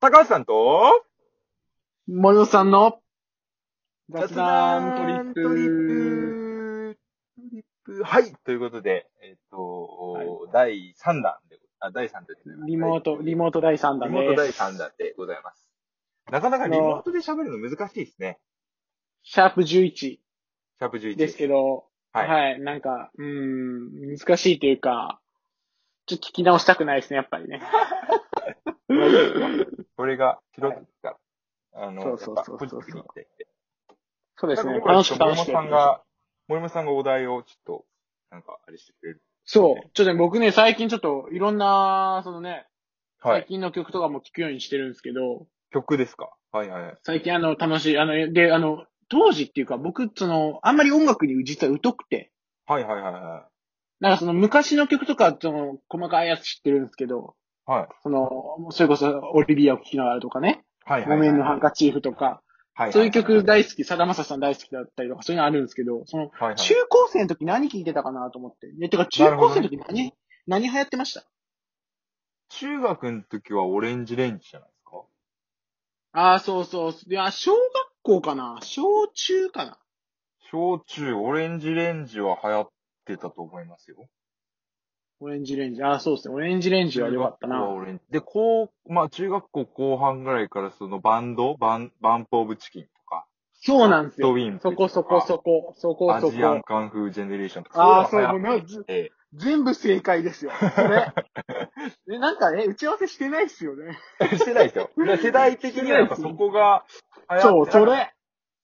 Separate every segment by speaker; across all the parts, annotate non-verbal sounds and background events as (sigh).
Speaker 1: 高橋さんと、
Speaker 2: 森本さんの雑
Speaker 1: 雑談
Speaker 2: 談トリップ。
Speaker 1: トリップ。はい。ということで、えっと、第3弾で、あ、第3弾でございます。
Speaker 2: リモート、リモート第
Speaker 1: は
Speaker 2: 3
Speaker 1: い
Speaker 2: 弾
Speaker 1: リモート第
Speaker 2: です。
Speaker 1: 3弾でございます。なかなかリモートで喋るの難しいですね。
Speaker 2: シャープ11
Speaker 1: シャープ11。
Speaker 2: ですけど、は、
Speaker 1: はいい。
Speaker 2: なんか、うーん、難しいというか、ちょっと聞き直したくないですね、やっぱ
Speaker 1: (laughs)
Speaker 2: りね。
Speaker 1: これが、素人ですから。あの、
Speaker 2: そうそう
Speaker 1: やっぱ
Speaker 2: そうそう
Speaker 1: ポジティブにいって
Speaker 2: そうですね
Speaker 1: なん。か
Speaker 2: 楽しく
Speaker 1: 僕は
Speaker 2: 楽
Speaker 1: ちょっ
Speaker 2: し
Speaker 1: と森
Speaker 2: く
Speaker 1: 本さん
Speaker 2: やっていきましょう。
Speaker 1: が、森本さんがお題をちょっと、なんか、あれしてくれる。
Speaker 2: そう。ちょっとね、僕ね、最近ちょっといろんな、そのね、
Speaker 1: は
Speaker 2: 最
Speaker 1: い。
Speaker 2: 近の曲とかも聞くようにしてるんですけど、
Speaker 1: 曲ですかはいはいはい。
Speaker 2: 最近あの、楽しい、あの、で、あの、当時っていうか、僕、その、あんまり音楽に実は疎くて、
Speaker 1: はいはいはいは
Speaker 2: なんかその昔の曲とか、その細かいやつ知ってるんですけど、
Speaker 1: い。はい。
Speaker 2: その、それこそオリビアを聴きながらとかね、
Speaker 1: はいはいは
Speaker 2: 木
Speaker 1: い。
Speaker 2: 綿のハンカチーフとか、
Speaker 1: はいはいはい
Speaker 2: そういう曲、大好き、さだまさしさん大好きだったりとか、そういうのあるんですけど、そ
Speaker 1: は
Speaker 2: の、
Speaker 1: いはい、
Speaker 2: 中高生の時何聴いてたかなと思って。ね、てか中高生の時何、何流行ってました
Speaker 1: 中学の時はオレンジレンジじゃないですか
Speaker 2: ああ、そうそう。いや、小学校かな小中かな
Speaker 1: 小中、オレンジレンジは流行ってたと思いますよ。
Speaker 2: オレンジレンジ。ああ、そうですね。オレンジレンジは良かっ
Speaker 1: 中
Speaker 2: た
Speaker 1: 学校は
Speaker 2: な。
Speaker 1: オレンジで、こう、まあ中学校後半ぐらいからそのバンド、バン、バンプオブチキンとか、
Speaker 2: そうなんです
Speaker 1: ド
Speaker 2: よ
Speaker 1: ウ。ィンプ
Speaker 2: そ
Speaker 1: とか
Speaker 2: こそこそこ、そこ
Speaker 1: ア
Speaker 2: そ
Speaker 1: ジア
Speaker 2: こ
Speaker 1: ン。カンフージェネレーションとか。
Speaker 2: ああ、
Speaker 1: いの
Speaker 2: そう、
Speaker 1: が流
Speaker 2: も
Speaker 1: 行
Speaker 2: うず
Speaker 1: ってて
Speaker 2: 全部正解です
Speaker 1: (laughs)
Speaker 2: よ。それ。え、なんかね、打ち合わせしてないっすよね。
Speaker 1: してないですよ。だから世代的にはやっぱそこが流
Speaker 2: そ
Speaker 1: 行っ
Speaker 2: う、
Speaker 1: て
Speaker 2: そ
Speaker 1: た
Speaker 2: れ。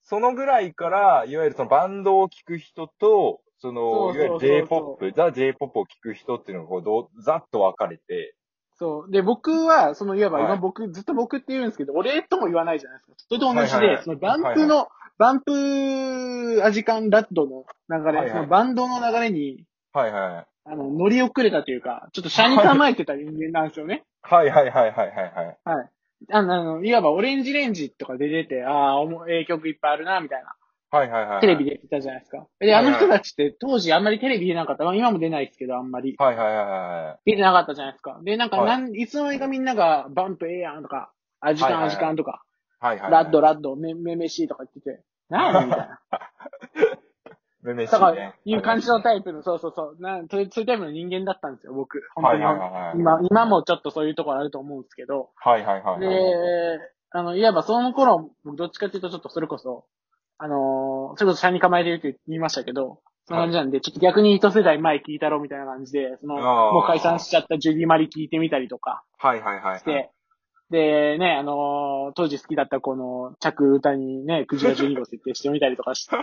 Speaker 1: そのぐらいから、いわゆるそのバンドを聴く人と、そ
Speaker 2: そ
Speaker 1: の、
Speaker 2: う
Speaker 1: い
Speaker 2: そう
Speaker 1: わ
Speaker 2: そう
Speaker 1: ゆ
Speaker 2: そう
Speaker 1: る J-POP、ザ・ J-POP を聴く人っていうのがこうどう、ざっと分かれて、
Speaker 2: そう。で、僕は、その、いわば、
Speaker 1: はい
Speaker 2: 今僕、ずっと僕って言うんですけど、俺とも言わないじゃないですか。それと同じで、
Speaker 1: はいはいはい
Speaker 2: その、バンプの、バンプ、アジカンラッドの流れ、
Speaker 1: はいはい
Speaker 2: その、バンドの流れに、
Speaker 1: はいはい。
Speaker 2: あの、乗り遅れたというか、ちょっと車に構えてた人間なんですよね。
Speaker 1: はいはいはいはいはいはい。
Speaker 2: はい。あの、あのいわば、オレンジレンジとかで出て、ああ、おもええ曲いっぱいあるな、みたいな。
Speaker 1: はいはいはい。
Speaker 2: テレビ。でやってたじゃないですか。で、あの
Speaker 1: はい
Speaker 2: 人
Speaker 1: は
Speaker 2: たちって当時あんまりテレビ出なかった。まあ今も出ないですけど、あんまり。
Speaker 1: はいはいはいは
Speaker 2: 出てなかったじゃないですか。で、なんか
Speaker 1: はい
Speaker 2: なん、い、つの間にかみんなが、バンプええやんとか、アジカ
Speaker 1: はい
Speaker 2: ン
Speaker 1: はいは
Speaker 2: ア
Speaker 1: い
Speaker 2: ジカンとか、
Speaker 1: い。はいはいはい。
Speaker 2: ラッド。ラッド、め、めめしいとか言ってて、なあみたいな。
Speaker 1: めめしい
Speaker 2: だから
Speaker 1: ね、。
Speaker 2: いう感じのタイプの、そうそうそう、なん、そういうそういうタイプの人間だったんですよ、僕。本当
Speaker 1: はい
Speaker 2: に。
Speaker 1: はいはい。
Speaker 2: 今、今もちょっとそういうところあると思うんですけど、
Speaker 1: はいはいはい
Speaker 2: で
Speaker 1: はい。、
Speaker 2: あの、いわばその頃、どっちかっていうとちょっとそれこそ、あのーそれこそ車に構えてるって言いましたけど、そんな感じなんで、ちょっと逆に一世代前聞いたろみたいな感じで、その、
Speaker 1: あー
Speaker 2: もう解散しちゃったジュリーマリ聞いてみたりとか
Speaker 1: はいはいはい。
Speaker 2: して、で、ね、あのー当時好きだったこの、着歌にね、クジラ12号設定してみたりとか
Speaker 1: (laughs)
Speaker 2: して、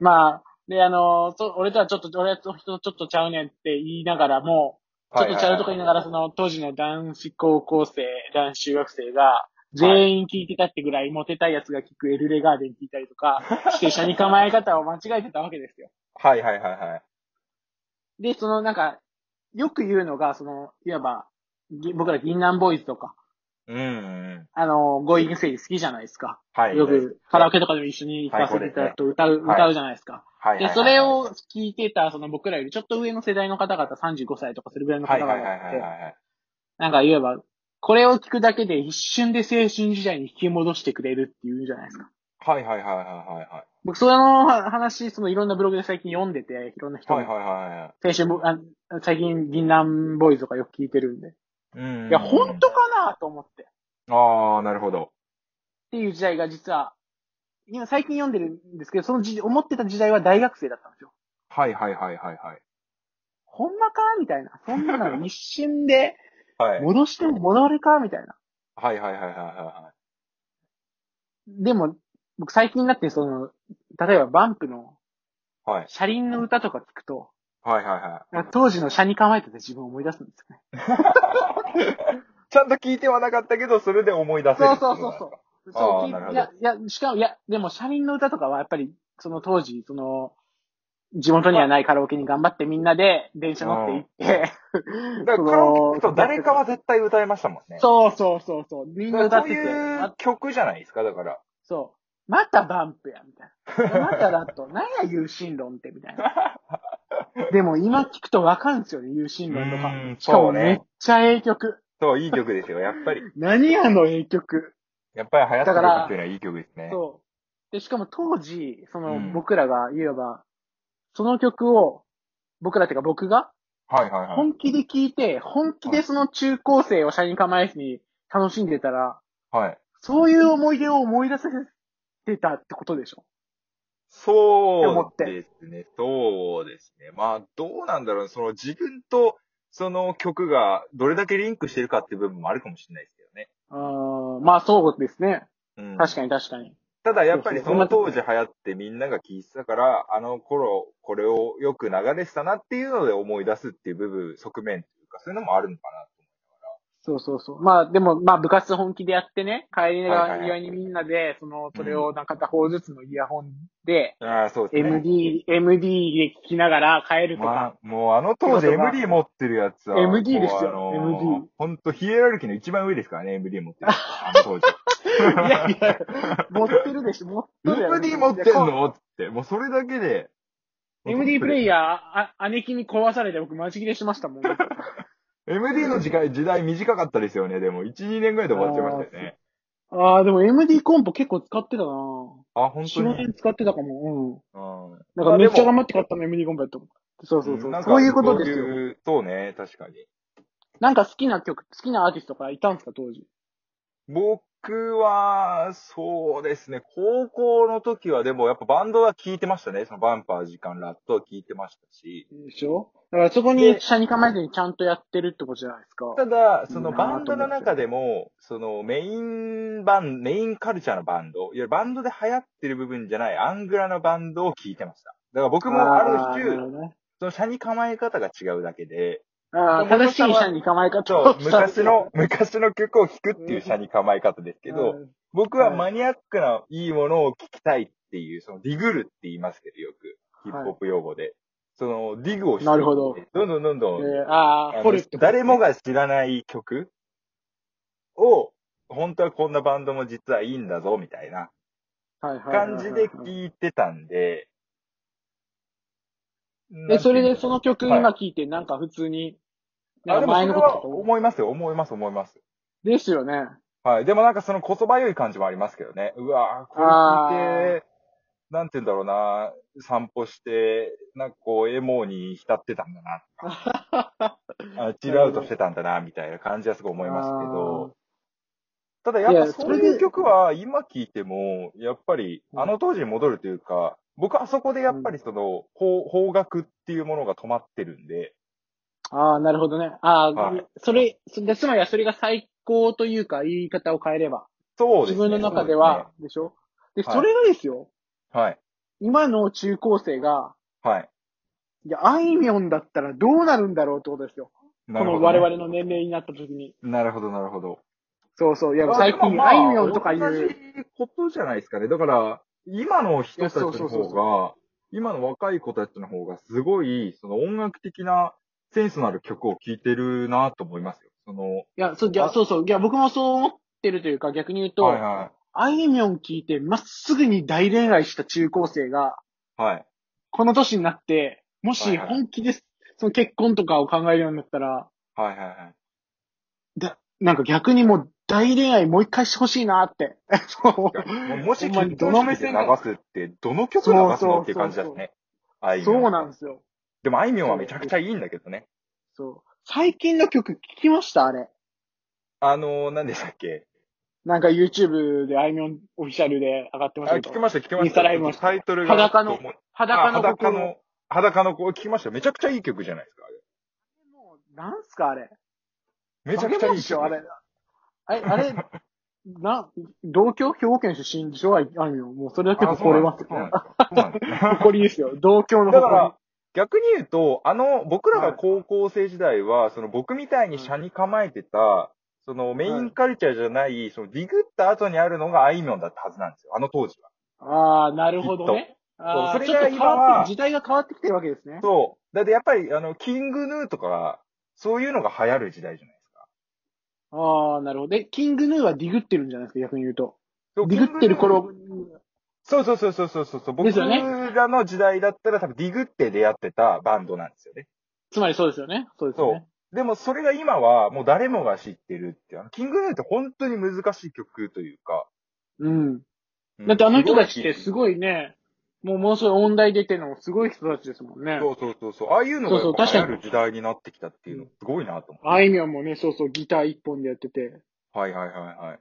Speaker 2: まあ、で、あのーそ俺とはちょっと、俺と人とちょっとちゃうねんって言いながらも、ちょっとちゃうとか言いながら、その当時の男子高校生、男子中学生が、全員聞いてたってぐらいモテたいやつが聞くエルレガーデン聞いたりと
Speaker 1: (laughs)
Speaker 2: か、して、車に構え方を間違えてたわけですよ。
Speaker 1: はいはいはいはい。
Speaker 2: で、そのなんか、よく言うのが、その、いわば、ぎ僕ら銀杏ボーイズとか、
Speaker 1: うんうん。
Speaker 2: あの、ゴーイングセイ好きじゃないですか。
Speaker 1: はい。
Speaker 2: よくカラオケとかでも一緒に行かせていただくと歌う、
Speaker 1: はい
Speaker 2: 歌うじゃないですか。
Speaker 1: はいはいはい
Speaker 2: で、それ、を聞いてた、その僕らよりちょっと上の世代の方々、35歳とかそれぐらいの方
Speaker 1: はい
Speaker 2: 々
Speaker 1: はいはい
Speaker 2: が
Speaker 1: はい
Speaker 2: いて
Speaker 1: は、い。
Speaker 2: なんか言えば、これを聞くだけで一瞬で青春時代に引き戻してくれるっていうじゃないですか。
Speaker 1: はいはいはいは
Speaker 2: 僕、その話、そのいろんなブログで最近読んでて、いろんな人
Speaker 1: いはい。
Speaker 2: の、
Speaker 1: はいはいはいは
Speaker 2: 青春もあ最近、銀杏ボーイズとかよく聞いてるんで。
Speaker 1: い。うん。
Speaker 2: いや、本当かなと思って。っ
Speaker 1: ああ、なるほど。
Speaker 2: ていう時代が実は、今最近読んでるんですけど、その時思ってた時代は大学生だったんですよ。
Speaker 1: はいはいはいはいはい。
Speaker 2: ほんまかみたいな。そんなの一瞬で、
Speaker 1: はい。
Speaker 2: 戻しても戻れかみたいな。
Speaker 1: はいはいはいはいは
Speaker 2: でも、僕最近になって、その、例えばバンプの
Speaker 1: い。はい。
Speaker 2: 車輪の歌とか聞くと、
Speaker 1: はいはいは
Speaker 2: 当時の車に構えてた自分を思い出すんですよね。
Speaker 1: い。ちゃんと聞いてはなかったけど、それで思い出せる。
Speaker 2: そうそうそうそう。
Speaker 1: あ
Speaker 2: そ
Speaker 1: ー
Speaker 2: う
Speaker 1: なる
Speaker 2: 聞
Speaker 1: ほ
Speaker 2: い、い
Speaker 1: ど
Speaker 2: や、いや、しかも、いや、でも車輪の歌とかはやっぱり、その当時、その、地元にはないカラオケに頑張ってみんなで電車乗って行って、
Speaker 1: だからカラオケ行くと誰かは絶対歌えましたもんね。
Speaker 2: (laughs) そうそうそうそう、みんな
Speaker 1: だ
Speaker 2: 歌
Speaker 1: から
Speaker 2: っ
Speaker 1: そう
Speaker 2: てて、
Speaker 1: いう
Speaker 2: あ
Speaker 1: 曲じゃないですか、だから。
Speaker 2: そう、またバンプや、みたいな。まただと、 (laughs) なんや、有心論って、みたいな。
Speaker 1: (laughs)
Speaker 2: でも今聞くとわかるんですよね、有心論とか
Speaker 1: うーん。
Speaker 2: しかも
Speaker 1: そうね
Speaker 2: めっちゃええ曲。
Speaker 1: そう、いい曲ですよ、やっぱり。
Speaker 2: 何あの英曲。
Speaker 1: やっぱり流行った曲っていうのはいい曲ですね。
Speaker 2: そう。で、しかも当時、その、
Speaker 1: うん
Speaker 2: 僕らが、いわば、その曲を、僕らっていうか僕が、
Speaker 1: はいはいはい。
Speaker 2: 本気で聴いて、本気でその中高生を社に構えずに楽しんでたら、
Speaker 1: はい。
Speaker 2: そういう思い出を思い出させてたってことでしょ
Speaker 1: そうですね。そうですね。まあ、どうなんだろう。その自分と、その曲がどれだけリンクしてるかっていう部分もあるかもしれないですけどね。
Speaker 2: あーまあそうですね。
Speaker 1: うん。
Speaker 2: 確かに確かに。
Speaker 1: ただやっぱり
Speaker 2: そうそ
Speaker 1: そうの当時流行ってみんなが聴いてたから、あの頃これをよく流れてたなっていうので思い出すっていう部分、側面というか、そういうのもあるのか
Speaker 2: そうそうそう。まあでも、まあ部活本気でやってね、帰り
Speaker 1: はいはい
Speaker 2: 際
Speaker 1: はい
Speaker 2: 際にみんなで、その、それをなんか片方ずつのイヤホンで、
Speaker 1: な。ああ、そうですね。
Speaker 2: MD、MD で聞きながら帰ると
Speaker 1: ま
Speaker 2: か。
Speaker 1: あ、もうあの当時
Speaker 2: ってことが
Speaker 1: MD 持ってるやつは。
Speaker 2: MD ですよ
Speaker 1: もうあの
Speaker 2: MD
Speaker 1: ほんとヒエラルキーの一番上ですからね、MD 持ってるやつ。
Speaker 2: (laughs)
Speaker 1: あの当時。(laughs)
Speaker 2: いやいや、持ってるでしょ、持っとるやろ
Speaker 1: MD 持ってんのって。もうそれだけで。
Speaker 2: MD プレイ
Speaker 1: ヤ
Speaker 2: ヤー、あ、姉貴に壊されて僕マジ切れしましたもん。
Speaker 1: ー。MD の時代、時代短かったですよね。でも、1、2年ぐらいで終わっちゃいましたよね。
Speaker 2: ああ、でも MD コンポ結構使ってたな
Speaker 1: あ、本当
Speaker 2: 4、5
Speaker 1: に。
Speaker 2: 年使ってたかも。
Speaker 1: うん。
Speaker 2: うん。なんかめっちゃ頑張って買ったの MD コンポやったもん。そうそうそう。そういうことです
Speaker 1: そう
Speaker 2: よ。
Speaker 1: いうそうね、確かに。
Speaker 2: なんか好きな曲、好きなアーティストとかいたんですか、当時。
Speaker 1: 僕は、そうですね、高校の時はでもやっぱバンドは聴いてましたね。そのバンパー時間ラットは聴いてましたし。
Speaker 2: でしょだからそこに
Speaker 1: で
Speaker 2: 車に構えずにちゃんとやってるってことじゃないですか。
Speaker 1: ただ、そのバンドの中でも、そのメインバン、メインカルチャーのバンド、いわゆるバンドで流行ってる部分じゃないアングラのバンドを聴いてました。だから僕もある
Speaker 2: ーな
Speaker 1: 種、
Speaker 2: ほどね
Speaker 1: その社に構え方が違うだけで、
Speaker 2: あー、
Speaker 1: 元々は
Speaker 2: 正しい車に構え方 (laughs)
Speaker 1: そ
Speaker 2: を
Speaker 1: う、昔の、昔の曲を聴くっていう社に構え方ですけど、
Speaker 2: うん
Speaker 1: 僕はマニアックないいものを聞きたいっていう、そのディグルって言いますけど、よく。ヒップホップ用語で。その、ディグをして
Speaker 2: なるほど
Speaker 1: どんどんどんどん、
Speaker 2: えーあ
Speaker 1: あ
Speaker 2: あ、
Speaker 1: の
Speaker 2: 掘るってことね
Speaker 1: 誰もが知らない曲を、本当はこんなバンドも実はいいんだぞ、みたいな感じで聞いてたんで。
Speaker 2: で、それでその曲
Speaker 1: はい
Speaker 2: 今聴いて、なんか普通に、な
Speaker 1: あ、
Speaker 2: ん
Speaker 1: で
Speaker 2: か
Speaker 1: もそ
Speaker 2: 前
Speaker 1: れ
Speaker 2: のことと
Speaker 1: は
Speaker 2: か思う
Speaker 1: 思いますよ、思います、思います。
Speaker 2: です
Speaker 1: (laughs)
Speaker 2: よね。
Speaker 1: はい。でもなんかそのこそばゆい感じもありますけどね。うわぁ、これ聞いて、なんて言うんだろうな散歩して、なんかこう、エモーに浸ってたんだなとか、あチルアウトしてたんだな、みたいな感じはすごい思いますけど、ただや
Speaker 2: い
Speaker 1: っ
Speaker 2: や
Speaker 1: ぱ
Speaker 2: そ
Speaker 1: そう
Speaker 2: れで
Speaker 1: いう曲は今聞いても、やっぱりあの当時に戻るというか、僕あそこでやっぱりその、方方角っていうものが止まってるんで、
Speaker 2: あーあー、なるほどね。ああ、
Speaker 1: はい
Speaker 2: それ、そでつまりはそれが最高というか、言い方を変えれば。
Speaker 1: そうです
Speaker 2: 自
Speaker 1: ね。
Speaker 2: 分の中では、でしょで、
Speaker 1: はい
Speaker 2: それがですよ、
Speaker 1: そうですね。
Speaker 2: 今の中高生が、
Speaker 1: はい。はい。
Speaker 2: いや、あいみょんだったらどうなるんだろうってことですよ。
Speaker 1: な
Speaker 2: こ
Speaker 1: るほど
Speaker 2: の
Speaker 1: ね
Speaker 2: 我々の年齢になった時に。
Speaker 1: なるほど、なるほど。
Speaker 2: そうそう。いや、
Speaker 1: まあ
Speaker 2: 最近、
Speaker 1: ま
Speaker 2: あいみょんとかい
Speaker 1: 同じ
Speaker 2: う。
Speaker 1: ことじゃないですかね。だから、今の人たちの
Speaker 2: いやそうそうそう
Speaker 1: 方が、今の若い子たちの方が、すごい、その音楽的なセンスのある曲を聴いてるなと思いますよ。その、
Speaker 2: いや、そう、いや、そうそう。いや、僕もそう思ってるというか、逆に言うと、
Speaker 1: はいは
Speaker 2: あいみょん聞いて、まっすぐに大恋愛した中高生が、
Speaker 1: い。はい。
Speaker 2: この年になって、
Speaker 1: は
Speaker 2: も
Speaker 1: い
Speaker 2: し
Speaker 1: はい
Speaker 2: 本気で、その結婚とかを考えるようになったら、
Speaker 1: はいはいはい。
Speaker 2: だ、なんか逆にもう大恋愛もう一回してほしいな
Speaker 1: (laughs)
Speaker 2: って。そう (laughs)
Speaker 1: ももし
Speaker 2: ほんまに
Speaker 1: 結婚式で流すって、どの曲流すのっていう感じだしね。あいみょ。
Speaker 2: そうなんですすよ。
Speaker 1: でも、あいみょんはめちゃくちゃいいんだけどね。
Speaker 2: そう。最近の曲聞きましたあれ。
Speaker 1: あのー、何でしたっけ
Speaker 2: なんか YouTube であいみょんオフィシャルで上がってまし
Speaker 1: あ、
Speaker 2: た
Speaker 1: 聞
Speaker 2: け
Speaker 1: き
Speaker 2: ど。
Speaker 1: ました、聞きま
Speaker 2: イン
Speaker 1: し
Speaker 2: スタライブ
Speaker 1: た
Speaker 2: も。
Speaker 1: タイトルが。
Speaker 2: 裸の、
Speaker 1: あ
Speaker 2: 裸の
Speaker 1: 裸
Speaker 2: 僕
Speaker 1: の、裸の子聞きましたよ。めちゃくちゃいい曲じゃないですか、あれ。
Speaker 2: もう、なんすかあれ。
Speaker 1: めちゃくちゃいい曲
Speaker 2: で
Speaker 1: です
Speaker 2: しょあれ。あれ、あれ、な、同居兵庫県出身でしょあいあいみょん。もうそれだけ誇れますよ
Speaker 1: そうなん
Speaker 2: ね。
Speaker 1: ですそうなんですそうなんです
Speaker 2: 誇りです (laughs) よ。同居の
Speaker 1: だか
Speaker 2: 誇り。
Speaker 1: ら、逆に言うと、あの、僕らが高校生時代は、その僕みたいに社に構えてた、そのメインカルチャーじゃない、そのディグった後にあるのがあいみょんだったはずなんですよ、あの当時は。
Speaker 2: ああ、なるほどね。ああ、
Speaker 1: そう
Speaker 2: ち
Speaker 1: それ
Speaker 2: ょっ
Speaker 1: が
Speaker 2: と
Speaker 1: 今
Speaker 2: 変
Speaker 1: は
Speaker 2: わって、時代が変わってきてるわけですね。
Speaker 1: そう。だってやっぱり、あの、キングヌーとか、そういうのが流行る時代じゃないですか。
Speaker 2: ああ、なるほど。で、キングヌーはディグってるんじゃないですか、逆に言うと。
Speaker 1: そう
Speaker 2: ディグってる。
Speaker 1: キングヌー
Speaker 2: 頃、
Speaker 1: そうそうそうそうそうそう。僕
Speaker 2: ですよね
Speaker 1: らの時代だったら多分ディグって出会ってたバンドなんですよね。
Speaker 2: つまりそうですよね。そうですよね。
Speaker 1: でもそれが今はもう誰もが知ってるっていうあの。キングヌーって本当に難しい曲というか。
Speaker 2: うん。だってあの人たちってす
Speaker 1: い。
Speaker 2: ごいね、もうものすごい音大出てのすごい人たちですもんね。
Speaker 1: そうそうそうそう。ああいうのが
Speaker 2: そうそう
Speaker 1: やっぱ流行
Speaker 2: 確か
Speaker 1: る時代になってきたっていうの、すごいなと思
Speaker 2: あいみょんもね、そうそう、ギター一本でやってて。
Speaker 1: う。はいはいはいはい。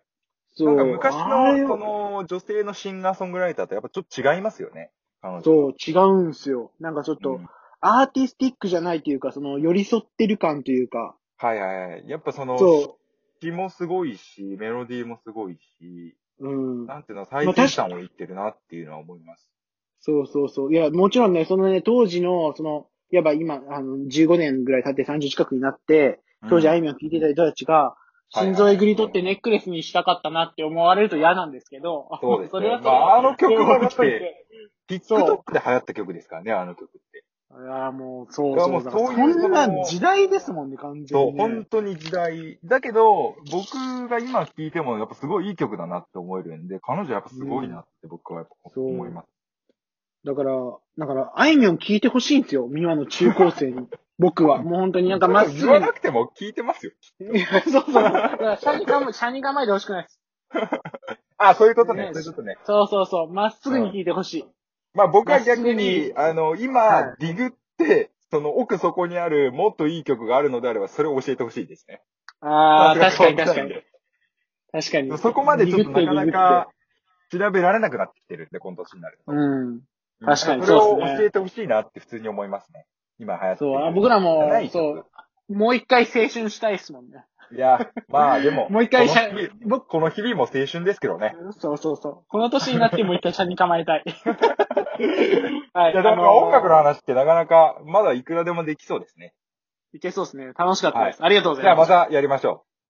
Speaker 2: そう。
Speaker 1: なんか昔
Speaker 2: あれ
Speaker 1: の、この女性のシンガーソングライターとやっぱちょっと違いますよね。彼女
Speaker 2: そう、違うんすよ。なんかちょっ
Speaker 1: う
Speaker 2: と、
Speaker 1: ん
Speaker 2: アーティスティックじゃないというか、その、寄り添ってる感というか。
Speaker 1: はいはいはい。やっぱその、
Speaker 2: そ
Speaker 1: 気もすごいし、メロディーもすごいし、
Speaker 2: う。うん。
Speaker 1: なんていうの、最先端を言ってるなっていうのは思います。
Speaker 2: そうそうそう。いや、もちろんね、そのね、当時の、その、いわば今、あの、15年ぐらい経って30近くになって、当時あいみょん聴いてた人たちが、
Speaker 1: はい
Speaker 2: 心臓えぐり取ってネックレスにしたかったなって思われると嫌なんですけど。
Speaker 1: そうですね
Speaker 2: れはそれ
Speaker 1: まああの曲もだって
Speaker 2: それはそれで
Speaker 1: うん、
Speaker 2: そう
Speaker 1: TikTok で流行った曲ですからね、あの曲って。
Speaker 2: いや、もう、そ
Speaker 1: い
Speaker 2: う
Speaker 1: や
Speaker 2: そ
Speaker 1: もう
Speaker 2: うだから
Speaker 1: そういう
Speaker 2: そん
Speaker 1: その
Speaker 2: な時代ですもんね、完全
Speaker 1: そう、
Speaker 2: にね、
Speaker 1: 本当に時代。だけど、僕が今聴いても、やっぱすごいいい曲だなって思えるんで、彼女やっぱすごいなって僕はやっぱ思います。
Speaker 2: だから、だから、あいみょん聞いてほしいんですよ。今の中高
Speaker 1: (laughs)
Speaker 2: 生に。僕は。もう本当になんかまっす
Speaker 1: 言
Speaker 2: ぐ
Speaker 1: わ
Speaker 2: に。
Speaker 1: なくても聴いてますよ。
Speaker 2: いや、そうそう。だから、シャニ構え、シャニ構えてほしくないです。
Speaker 1: あ、そういうことね
Speaker 2: ね。
Speaker 1: そういうことね。
Speaker 2: そうそうそう。まっすぐに聞いてほしい。
Speaker 1: まあ僕は逆
Speaker 2: まっすぐ
Speaker 1: に
Speaker 2: に、
Speaker 1: あの、今、
Speaker 2: は
Speaker 1: ディグって、その奥底にあるもっといい曲があるのであれば、それを教えてほしいですね。
Speaker 2: ああ、確かに確か
Speaker 1: に
Speaker 2: に。。確か
Speaker 1: (laughs)
Speaker 2: に。
Speaker 1: そこまでちょっとなかなか
Speaker 2: リ
Speaker 1: 調べられなくなってきてるんで、今年になると。
Speaker 2: グって。リグってうん。確かに
Speaker 1: それ
Speaker 2: そ
Speaker 1: を
Speaker 2: うですね
Speaker 1: 教えてほしいなって普通に思いますね。今流行
Speaker 2: う
Speaker 1: っ
Speaker 2: ん。
Speaker 1: てる。
Speaker 2: そう、あ僕らも
Speaker 1: ない、
Speaker 2: そう。もう一回青春したいですもんね。
Speaker 1: いや、まあでも、
Speaker 2: (laughs) もう一回
Speaker 1: こ
Speaker 2: シ
Speaker 1: の
Speaker 2: ャ
Speaker 1: 日々、
Speaker 2: 僕、
Speaker 1: この日々も青春ですけどね。
Speaker 2: そうそうそう。この年になってもう一回シャニ構え
Speaker 1: (laughs)
Speaker 2: たい。はい
Speaker 1: いや、だから音楽の話ってなかなか、まだいくらでもできそうですね。
Speaker 2: いけそうですね。楽しかったです。ありがとうご
Speaker 1: じ
Speaker 2: ざいます
Speaker 1: ゃあ。またやりましょう。